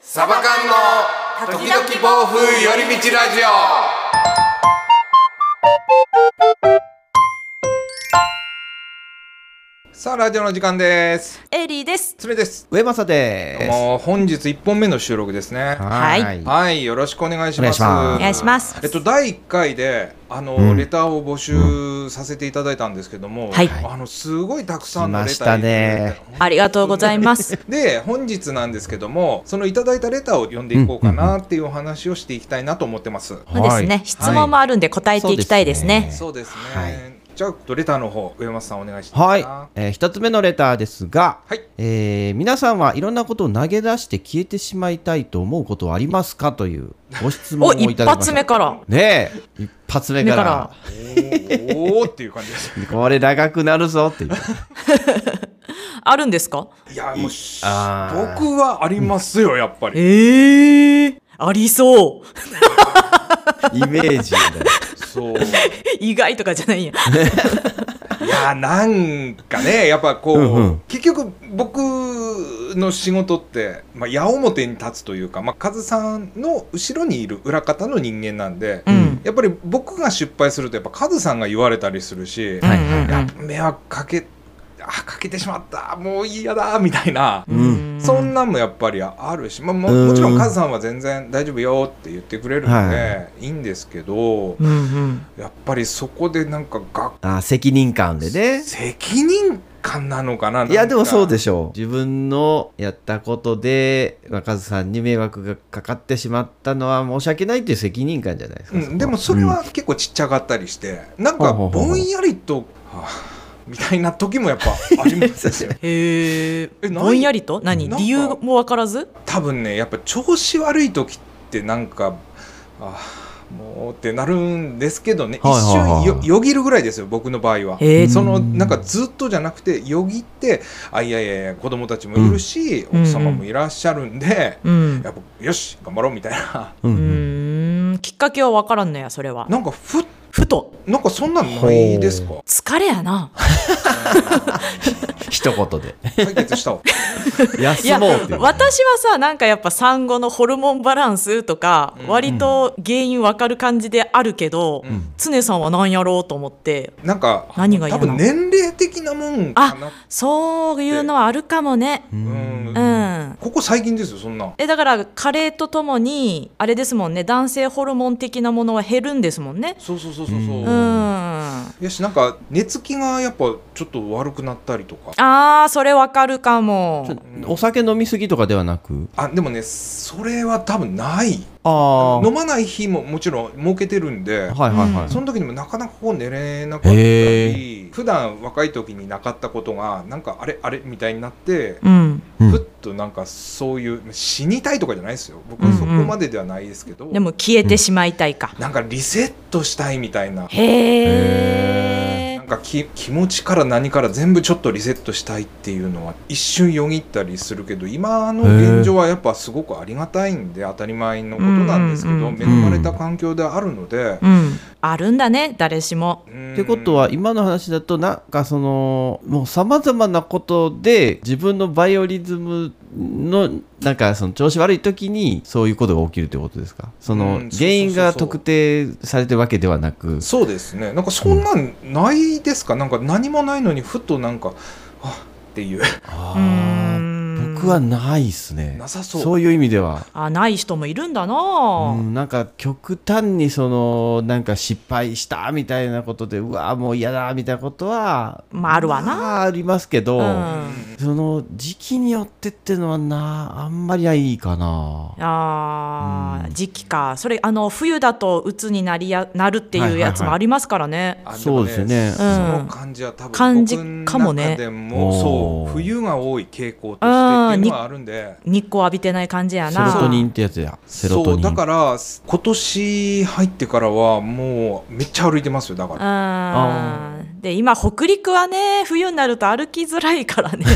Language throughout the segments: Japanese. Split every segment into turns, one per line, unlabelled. サバ缶の時々暴風寄り道ラジオさあラジオの時間です
エリーです。
つれです
上政です。
もう本日一本目の収録ですね
はい
はいよろしくお願いします
お願
お願いします。
えっと、第1回であの、
うん
レターを募集させていただいたんですけども、
はい
あのすごいたくさんのレ
来ま
ター
したね
いただい
ありがとうございます。
で本日なんですけどもそのいただいたレターを読んでいこうかなっていうお話をしていきたいなと思ってま
そ
す、
うですね。質問もあるんで答えていきたいですね。
そうですね、
はい
じゃあレターの方上松さんお願いします
はい
は。
えー一つ目のレターですが、
はい
えー皆さんはいろんなことを投げ出して消えてしまいたいと思うことはありますかというご質問を
お、
いただ
一
きました。
発目から。
ねえ、一発目
目
か
からら。
い、 おーっていう感じです
これ長くなるぞっていう。
あるんですか
いやもうし僕
あー
はありますよやっぱり
ええー、ありそう。
イメージだよね。
そう
意外とかじゃないんや。
いやなんかねやっぱこう、
うんうん
結局僕の仕事って、まあ、矢面に立つというか、まあ、カズさんの後ろにいる裏方の人間なんで、
うん。
やっぱり僕が失敗するとやっぱカズさんが言われたりするし、
うんうん
迷惑かけあかけてしまったもう嫌だみたいな、
うんうんうん
そんなんもやっぱりあるし、まあ、も
うん
もちろんカズさんは全然大丈夫よって言ってくれるので、、
はい
いんですけど
うんうん。
やっぱりそこでなんかが
あー責任感でね。
責任感なのかななんか
いや、でもそうでしょう。自分のやったことで、若狭さんに迷惑がかかってしまったのは申し訳ないっていう責任感じゃないです
う
か。
ん、でもそれは結構ちっちゃかったりして、なんか
ほうほうほう
ぼんやりと、はあみたいな時もやっぱあります よ
へえ
えない
ぼんやりと何
なんか
理由もわからず
多分ねやっぱ調子悪い時ってなんかあーもうってなるんですけどね、
はいはいはい
一瞬よよぎるぐらいですよ僕の場合は、
へー
そのなんかずっとじゃなくてよぎってあいやいやいや子供たちもいるし、
うん
奥様もいらっしゃるんで、
うん
やっぱよし頑張ろうみたいな
う
うん
うん
ーんきっかけはわからんのやそれは
なんかふっ
ふと
なんかそんなのないですか
疲れやな
一言で。
解決し たわ
い
休
や
もうっていう。
私はさなんかやっぱ産後のホルモンバランスとか、
うん
割と原因わかる感じであるけど、
うん
常さんは何やろうと思って
なんか
何が
多
嫌な
分
の
年齢的なもんかな
そういうのはあるかもね
う
うん
うん、
ここ最近ですよそんな
えだから加齢とともにあれですもんね男性ホルモン的なものは減るんですもんね
そうそうそうそうそう、
う
うんあ
よしなんか寝つきがやっぱちょっと悪くなったりとか
ーそれわかるかも
ちょお酒飲みすぎとかではなく
あでもねそれは多分ない
あ
飲まない日ももちろん設けてるんで
はいはいはい、
うん
その時にもなかなかこう寝れなかったり普段若い時になかったことがなんかあれあれみたいになって
うん
うん
ふっとなんかそういう死にたいとかじゃないですよ僕
うんうん
そこまでではないですけど、
でも消えてしまいたいか、
なんかリセットしたいみたいな
へ
な
え
んかき気持ちから何から全部ちょっとリセットしたいっていうのは一瞬よぎったりするけど今の現状はやっぱすごくありがたいんで当たり前のことなんですけど、
うんうんうん
恵まれた環境であるので。
うんあるんだね誰しも
うん
ってことは今の話だとなんかそのもうさまざまなことで自分のバイオリズムのなんかその調子悪い時にそういうことが起きるってことですかその
うんそうそうそうそう
原因が特定されてるわけではなく
そうですねなんかそんなんないですかなんか何もないのにふとなんかあっていう
あ
うーん
僕はないですね
なさそう
そういう意味では
あない人もいるんだな
う
あ、
ん、なんか極端にそのなんか失敗したみたいなことでうわもう嫌だみたいなことは
まああるわな
まあ、ありますけど、
うん
その時期によってってのはなあんまりないかな
あー
うん
時期かそれあの冬だと鬱になりやなるって
は
い
いは
う
いはい
やつもありますからね、
あ
そうですよね
もその感じは多分
感じ
僕の
かもね
中でもそ
おー
う冬が多い傾向としてっていうのはあるんで
日光浴びてない感じや
セロ
な
トニンってやつやセロトニ
そう
ン
だから今年入ってからはもうめっちゃ歩いてますよだから
うんで今北陸はね冬になると歩きづらいから ね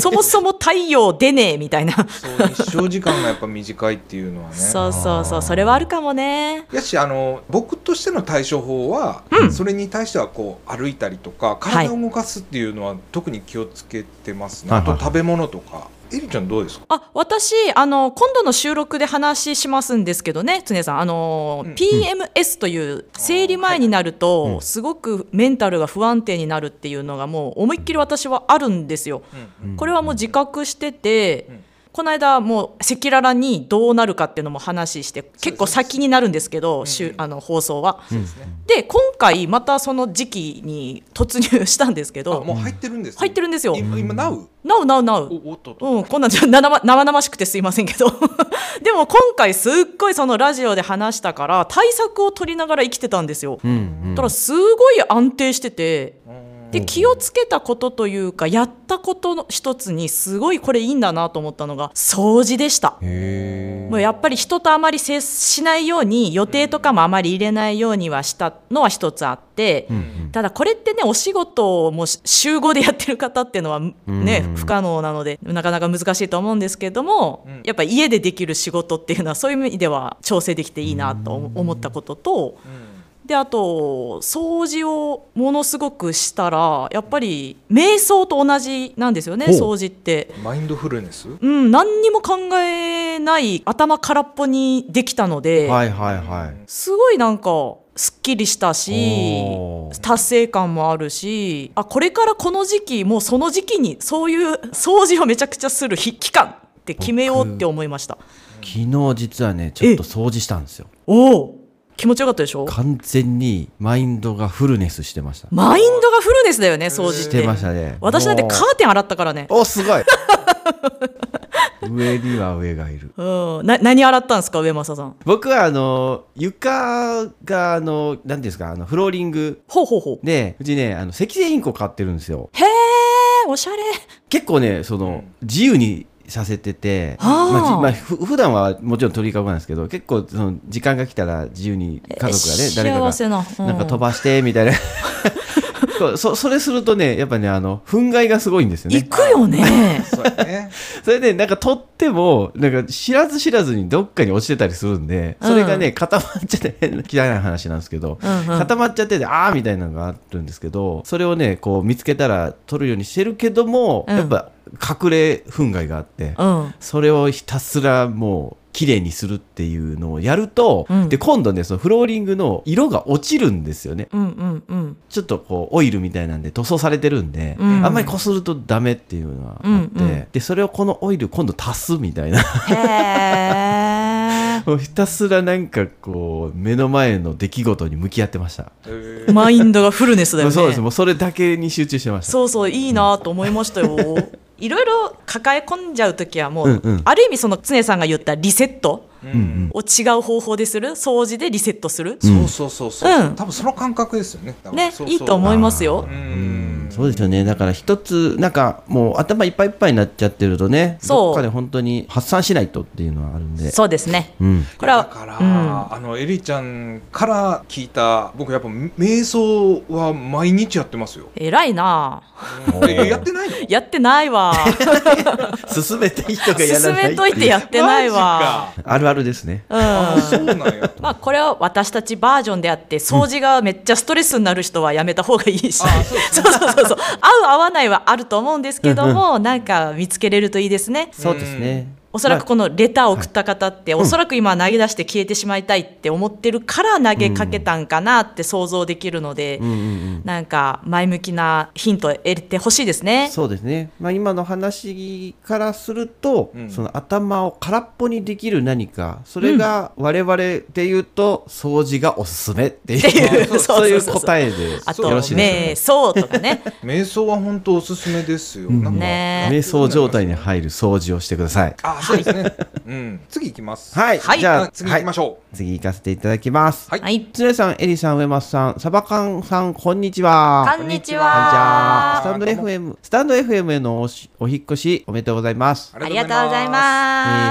そもそも太陽出ねえみたいな
そう日照時間がやっぱ短いっていうのはね
そうそうそうそれはあるかもね
やしあの僕としての対処法は、それに対してはこう歩いたりとか
はい
体を動かすっていうのは特に気をつけてますね、
はいはい
あと食べ物とか、エリちゃんどうですか
あ私あの今度の収録で話しますんですけどね常さんあの、
うん
PMS という生理前になると、
はいうん
すごくメンタルが不安定になるっていうのがもう思いっきり私はあるんですよ。
うん
これはもう自覚してて、
うん
この間もう赤裸々にどうなるかっていうのも話して結構先になるんですけど、
ん
週あの放送は。
そうですね
で今回またその時期に突入したんですけ
あ
ど
もう入ってるんですね
入ってるんですよ。
今今なう
なうなうなう。
おおっとっと
うん、こんなんじゃななま生々しくてすいませんけど でも今回すっごいそのラジオで話したから対策を取りながら生きてたんですよ。
うんうん
だからすごい安定してて
うん
で気をつけたことというかやったことの一つにすごいこれいいんだなと思ったのが掃除でした。
へ
もうやっぱり人とあまり接しないように予定とかもあまり入れないようにはしたのは一つあって、
え。うん
ただこれってねお仕事をもうし週5でやってる方っていうのはね
うん
不可能なのでなかなか難しいと思うんですけども
うん
やっぱ家でできる仕事っていうのはそういう意味では調整できていいなと思思ったことと
うん
であと掃除をものすごくしたらやっぱり瞑想と同じなんですよね
ほう
掃除って。
マインドフルネス
うん、何にも考えない頭空っぽにできたの
う
で、
んはいはいは
すごいなんかすっきりしたし
おー
達成感もあるしあこれからこの時期もうその時期にそういう掃除をめちゃくちゃする日期間って決めようって思いました
い。昨日実はね、ちょっと掃除したんですよ。
おお気持ちよかったでしょ
完全にマインドがフルネスしてました。
マインドがフルネスだよね掃除
し
ってて
ましたね。
私なんて
も
カ
う
ーテン洗ったからね
おすごい上には上がいる
うんな何洗ったんですか上政さん
僕はあの床があの何ていうんですかあのフローリング
ほうほうほう
でうちねあの石製インコ飼ってるんですよ
へえおしゃれ
結構ねその、自由にさせてて、
あー
まあじまあ、ふ普段はもちろん鳥かごなんですけど結構その時間が来たら自由に家族がね
え
誰か
幸
が
せな,、う
なんか飛ばしてみた いなそうそそれするとねやっぱねあの憤慨がすごいんですよね
行くよ ね
そうや ね
それで、なんか取っても、なんか知らず知らずにどっかに落ちてたりするんで、それがね、固まっちゃって、 嫌いな話なんですけど、
うんうん
固まっちゃってて、あーみたいなのがあるんですけど、それをね、こう見つけたら取るようにしてるけども、
うん
やっぱ隠れ憤慨があって、
うん
それをひたすらもう、綺麗にするっていうのをやると、
うん
で、今度ね、そのフローリングの色が落ちるんですよね。
うんうんうん
ちょっとこうオイルみたいなんで塗装されてるんで、
うん
あんまりこするとダメっていうのはあって、
うんうん
でそれをこのオイル今度足すみた いな
へ
もうひたすらなんかこう目の前の出来事に向き合ってました、
へー
え。マインドがフルネスだよね。
そうですもうそれだけに集中してました
そうそういいなと思いま したよ。いろいろ抱え込んじゃうときはもう、
うんうん
ある意味その常さんが言ったリセット
うん
うん
を違う方法でする掃除でリセットする、
うん
そうそうそうそう、
うん
多分その感覚ですよね多分
ね
そうそう
いいと思いますよ
う。
うん
ん
そうですよねだから一つなんかもう頭いっぱいいっぱいになっちゃってるとね
そう
どっかで本当に発散しないとっていうのはあるんで
そうですね。
うん
これは
だから、
うん
あのエリちゃんから聞いた僕やっぱ瞑想は毎日やってますよ、
偉いな
おー
えやってないの
やってない わ。
進めていい人がやら
進
ない
めといてや
っ
って
いう
てないわ。
あるあるですね
うん。
あそうなんや
まあこれは私たちバージョンであって掃除がめっちゃストレスになる人はやめた方がいいし、
あ
そうそうそうそう合う合わないはあると思うんですけどもなんか見つけれるといいですね
そうですね
おそらくこのレターを送った方って、おそらく今投げ出して消えてしまいたいって思ってるから投げかけたんかなって想像できるので、
うんうんうん
なんか前向きなヒントを得てほしいですね。
そうですね、まあ、今の話からすると、
うん
その頭を空っぽにできる何かそれが我々で言うと掃除がおすすめっていう,、
っていう
そ
そうそうそ
う
う
そういう答えでよ
あと
ろしいで
瞑
す
想とか ね
瞑想は本当おすすめですよ、
うん
なんか
ね
か
瞑
ね瞑想状態に入る掃除をしてください
あそうですね、うん次行きます
はい、
はい
じゃあ
次行きましょう、
はい、次行かせていただきます、
はい
はい
つねさんえりさん上松さんサバカンさんこんにちは
こんにち
こんにち
は
はスタンド FM スタンド FM へのおしお引っ越しおめでとうございます
ありがとうございま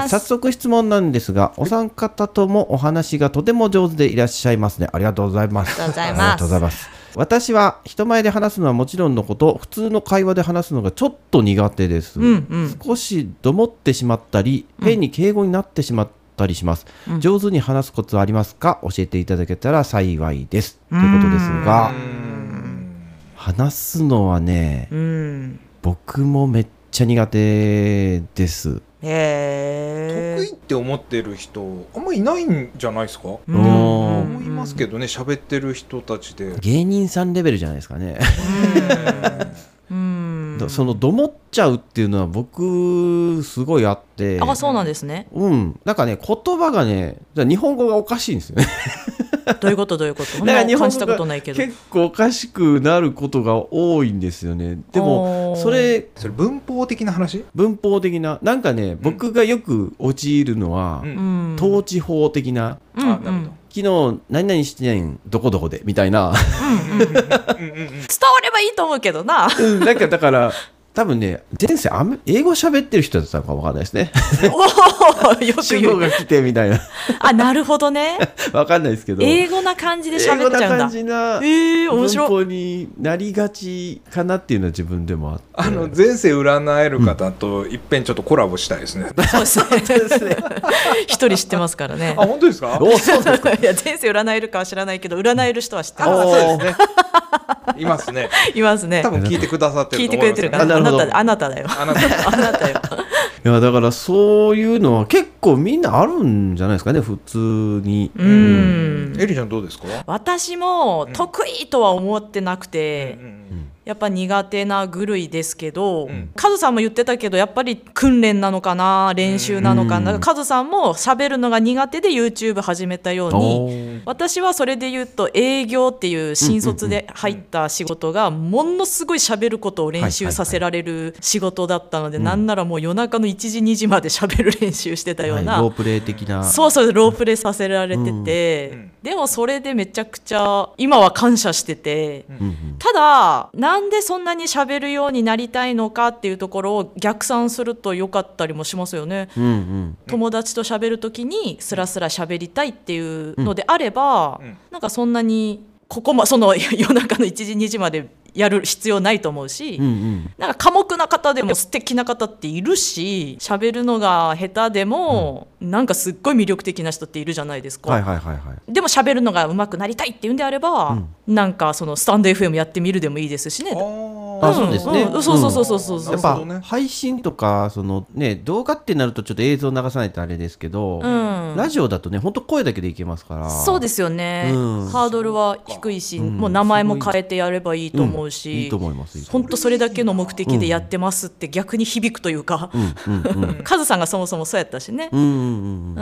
えー
す。
早速質問なんですが、お三方ともお話がとても上手でいらっしゃいますね。ありがとうございます。
ありがとうございます
ありがとうございます。私は人前で話すのはもちろんのこと、普通の会話で話すのがちょっと苦手です。
うんうん
少しどもってしまったり、変に敬語になってしまったりします。上手に話すコツはありますか教えていただけたら幸いです。ということですが
う、ん
話すのはね、
うん
僕もめっちちゃ苦手です。
へ
得意って思ってる人あんまいないんじゃないですか、
え
うん
思いますけどね喋ってる人たちで、
芸人さんレベルじゃないですかね。
うん
だそのどもっちゃうっていうのは僕すごいあって。
あそうなんですね
うん、なんかね言葉がねだから日本語がおかしいんですよね
どういうことどういう ことそん
だから
な
日本語
感
が
じたことない けど
結構おかしくなることが多いんですよねで
お
も
ー
それ
それ文法的な話、
文法的ななんかね僕がよく陥るのは、
うん
うん
統治法的な
うんうん
あなるほど
昨日何々してないんどこどこでみたいな
うんうんうん
伝わればいいと思うけどな
うん なんかだから多分ね前世あんま英語喋ってる人だったのかわかんないで すね
おおよく
主
言
語
う
が来てみたいな
あなるほどね
わかんないですけど
英語な感じで
英
喋
語
っ
な
ちゃうん
感
だ
じな
ええ面
文
白い
法になりがちかなっていうのは自分でもあって
あの前世占える方といっぺんちょっとコラボしたいですね、
そうです ね一人知ってますからね
あ本当ですか
おそうだ
いや前世占えるかは知らないけど占える人は知って
あ
ま
そうです ねいますね
すいますね
多分聞いてくださって
聞
る
い
と
て
思
く
い
れ
ま
て
す
るからあ
よね、
あなるほ
な
ど
たあなただよ
あなた
あなたよ
いやだからそういうのは結構みんなあるんじゃないですかね普通に
う、ん
エリちゃんどうですか、
私も得意とは思ってなくて、
うんうん
やっぱ苦手なぐるいですけど、
うん
カズさんも言ってたけどやっぱり訓練なのかな練習なのかな、
うん
カズさんも喋るのが苦手で YouTube 始めたように
おー
私はそれで言うと営業っていう新卒で入った仕事がものすごい喋ることを練習させられる仕事だったので
はい
なんならもう夜中の1時2時まで喋る練習してたよう
はいロー
な。
プレイ的な
そうそうロープレさせられてて、
うんうん
でもそれでめちゃくちゃ今は感謝してて、
うん
うんうん
ただなんでそんなに喋るようになりたいのかっていうところを逆算すると良かったりもしますよね。
うんうん
友達と喋るときにスラスラ喋りたいっていうのであれば、
うん
なんかそんなにここまその夜中の1時2時までやる必要ないと思うし、
うんうん
なんか寡黙な方でも素敵な方っているし喋るのが下手でも、なんかすっごい魅力的な人っているじゃないですか。
はいはいはいはい
でも喋るのが上手くなりたいっていうんであれば、なんかそのスタンド FM やってみるでもいいですしね。
あ
あそうですね
んそうそうそうそうそう
な
そ
る
や
う
っ
ほ
ぱ
どね
配信とかそのね動画ってなるとちょっと映像流さないとあれですけど、
うん
ラジオだとね本当声だけでいけますから
そうですよね、
うん
ハードルは低いし、
うん
もう名前も変えてやればいいと思うし、
んいいと思いますいいと思
本
い
当それだけの目的でやってますって逆に響くというか、
ますうんうんうん
カズさんがそもそもそうやったしね。
うんうんうん
う
うん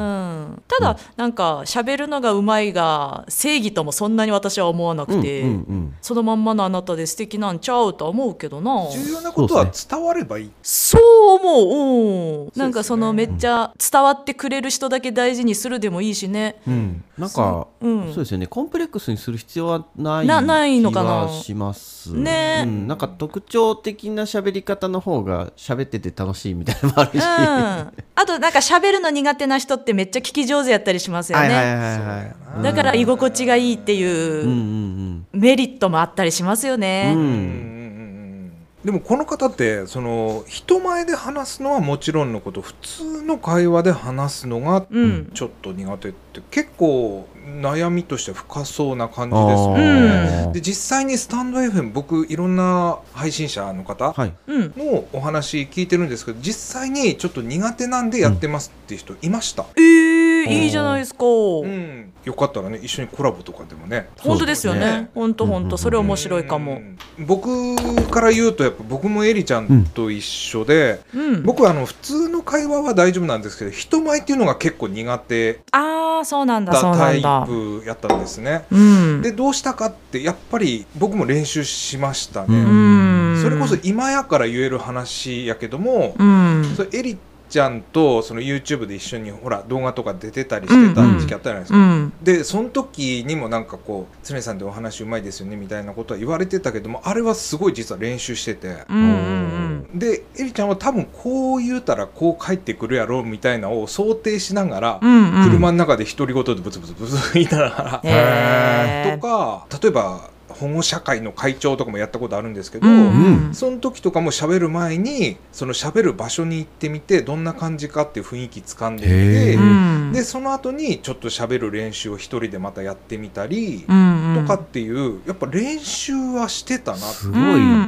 ん、ただなんか喋るのがうまいが正義ともそんなに私は思わなくて、
うんうん
そのまんまのあなたで素敵なんちゃうとは思うけどな
重要なことは伝わればいい
そう思う、うん、なんかその
そう
め
です
っちゃ伝わってくれる人だけ大事にするでもいいしね、
うんなんか
うん、
そうですよねコンプレックスにする必要はない
なないのかな
気はします
ね
うん、なんか特徴的な喋り方の方が喋ってて楽しいみたいなのもあるし、
うん、あとなんか喋るの苦手な人ってめっちゃ聞き上手やったりしますよ
はいはい
ね。
はいはいうん
だから居心地がいいって
うんう
いうんメリットもあったりしますよ
うんう
ね。
うんうんうん
ん
うんでもこの方ってその人前で話すのはもちろんのこと普通の会話で話すのが
うん。
ちょっと苦手って結構悩みとして深そうな感じ
あ
ですよね。
ー
で実際にスタンド FM 僕いろんな配信者の方
はい
うん。
のお話聞いてるんですけど実際にちょっと苦手なんでやってますって人いました、
えー、いいじゃないですか。
うんよかったらね一緒にコラボとかでもね
本当ですよ
そうです
ね
ね。
本当
うん
本
うんう
当
ん
それ面白いか
う
も。
ん僕から言うとやっぱ僕もエリちゃんと一緒で、
うん。
僕はあの普通の会話は大丈夫なんですけど人前っていうのが結構苦手
ああそうなんだ
だ
そうな
タ
ん
イ
だ。
プやったんですね
うん。
でどうしたかってやっぱり僕も練習しました
う
う
ね、
ん。
それこそ今やから言える話やけども、
うん。
それエリちゃんとその YouTube で一緒にほら動画とか出てたりしてた時期あったじゃないですか、
うん。
でその時にもなんかこう常さんってお話うまいですよねみたいなことは言われてたけどもあれはすごい実は練習してて、
うんうん
でエリちゃんは多分こう言うたらこう帰ってくるやろうみたいなのを想定しながら、
うん。うん。
車の中で独り言でブツブツブツ言いながら、
へー
とか例えば保護者会の会長とかもやったことあるんですけど、
ん
その時とかも喋る前にその喋る場所に行ってみてどんな感じかっていう雰囲気掴んでみ
へ
て、
ー
うん
でその後にちょっと喋る練習を一人でまたやってみたり
う、んうん
とかっていうやっぱ練習はしてたなって
すごい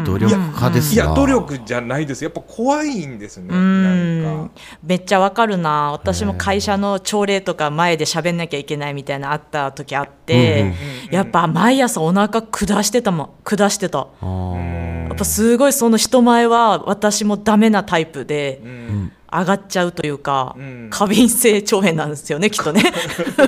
努力家です
い
な
や努力じゃないですやっぱ怖いんですね
う
なん
ん
か
めっちゃわかるな私も会社の朝礼とか前で喋んなきゃいけないみたいなあった時あって、
うんうん
やっぱ毎朝お腹下してたもん下してた
あ
やっ
ー
ぱすごいその人前は私もダメなタイプで
うん
上がっちゃうというか、
うん
過敏性腸炎なんですよねきっとね、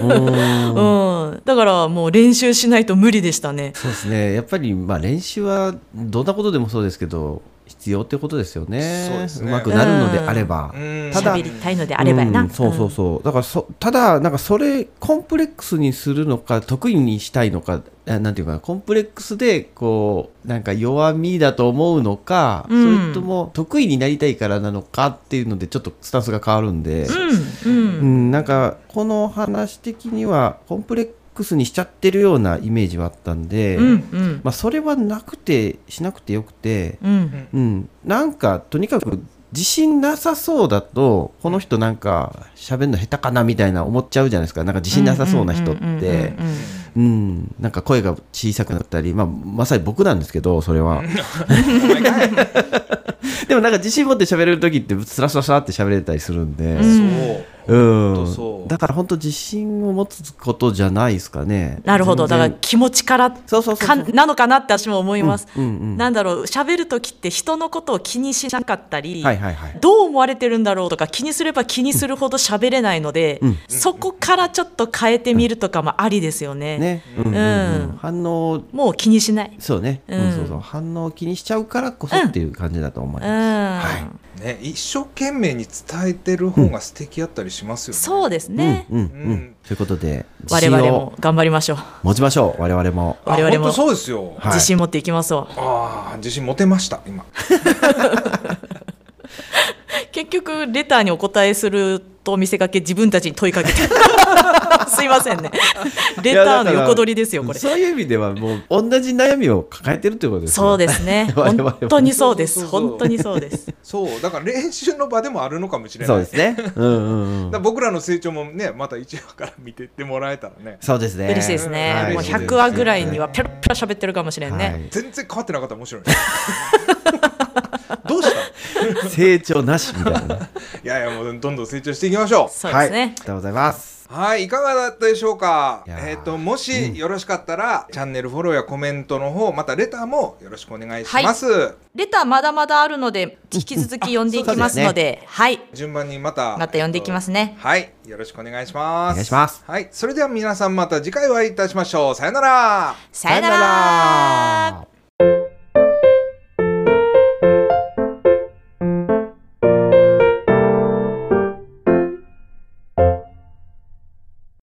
うん
うん、だからもう練習しないと無理でしたね
そうですねやっぱりまあ練習はどんなことでもそうですけど必要ってことですよね
そうですね
まくなるのであれば、
うん
ただ
喋りたいのであればやな、
うんそうそうそうだからそただなんかそれコンプレックスにするのか得意にしたいのかあなんていうかなコンプレックスでこうなんか弱みだと思うのか、
うん
それとも得意になりたいからなのかっていうのでちょっとスタンスが変わるんで、
うんうん
うんなんかこの話的にはコンプレックスにしちゃってるようなイメージはあったんで、
うんうん
まあ、それはなくてしなくてよくて、
うん
うん、なんかとにかく自信なさそうだとこの人なんか喋るの下手かなみたいな思っちゃうじゃないですかなんか自信なさそうな人っ
うんうんうんうん
て。うん、なんか声が小さくなったり、まあ、まさに僕なんですけどそれは でもなんか自信持って喋れる時ってスラスラスラって喋れたりするんで、
うん
そう
うん
ほんとそう
だから本当自信を持つことじゃないですかね
なるほどだか
全
ら
然
気持ちからか
そうそうそうそう
なのかなって私も思います、
うんうんうん
なんだろう喋る時って人のことを気にしなかったり、
はいはいはい
どう思われてるんだろうとか気にすれば気にするほど喋れないので、
うん
そこからちょっと変えてみるとかもありですよね。
ね、うんうんうん
うん
反応
もう気にしない。
そうね、うん
うん
そうそう反応を気にしちゃうからこそっていう感じだと思い
うん、
ます、
ね一生懸命に伝えてる方が素敵やったりしますよね
そうですね、
うんうんう
うんん
ということで自
我
信
々
を
も頑張りましょう。
持ちましょう我々も
あ
我々も
ほんとそうですよ
はい
自信持っていきますわ。
ああ自信持てました今
結局レターにお答えすると見せかけ自分たちに問い かけてすいませんねレターの横取りですよこれ
そういう意味ではもう同じ悩みを抱えてるということですよ
そうですね
我々も
本当にそうです
そうそうそうそう
本当にそうです
そうだから練習の場でもあるのかもしれ
そ
な
う
い
ですねうんうん
だ
う
から
ん
僕らの成長もねまた1話から見てってもらえたらね
そうですね
嬉しいですね、
はい
もう
そうです
100話ぐらいには
そうで
ペ
す
ロペ
ね
ロ喋ってるかもしれんね、
はい
全然変わってなかったら面白 いどうした
成長なしみたいなね
いやいやもうどんどん成長していきまし ょう
そうですね、
はい、ありがとうございます
はいいかがだったでしょうか
いやー
えっ、ともしよろしかったら、チャンネルフォローやコメントの方またレターもよろしくお願いします、
レターまだまだあるので引き続き読んでいきますのではい
順番にま
ま
た
た読んでいきますね
はいよろしくお願いします
お願いします
はいそれでは皆さんまた次回お会いいたしましょうさよなら
さよなら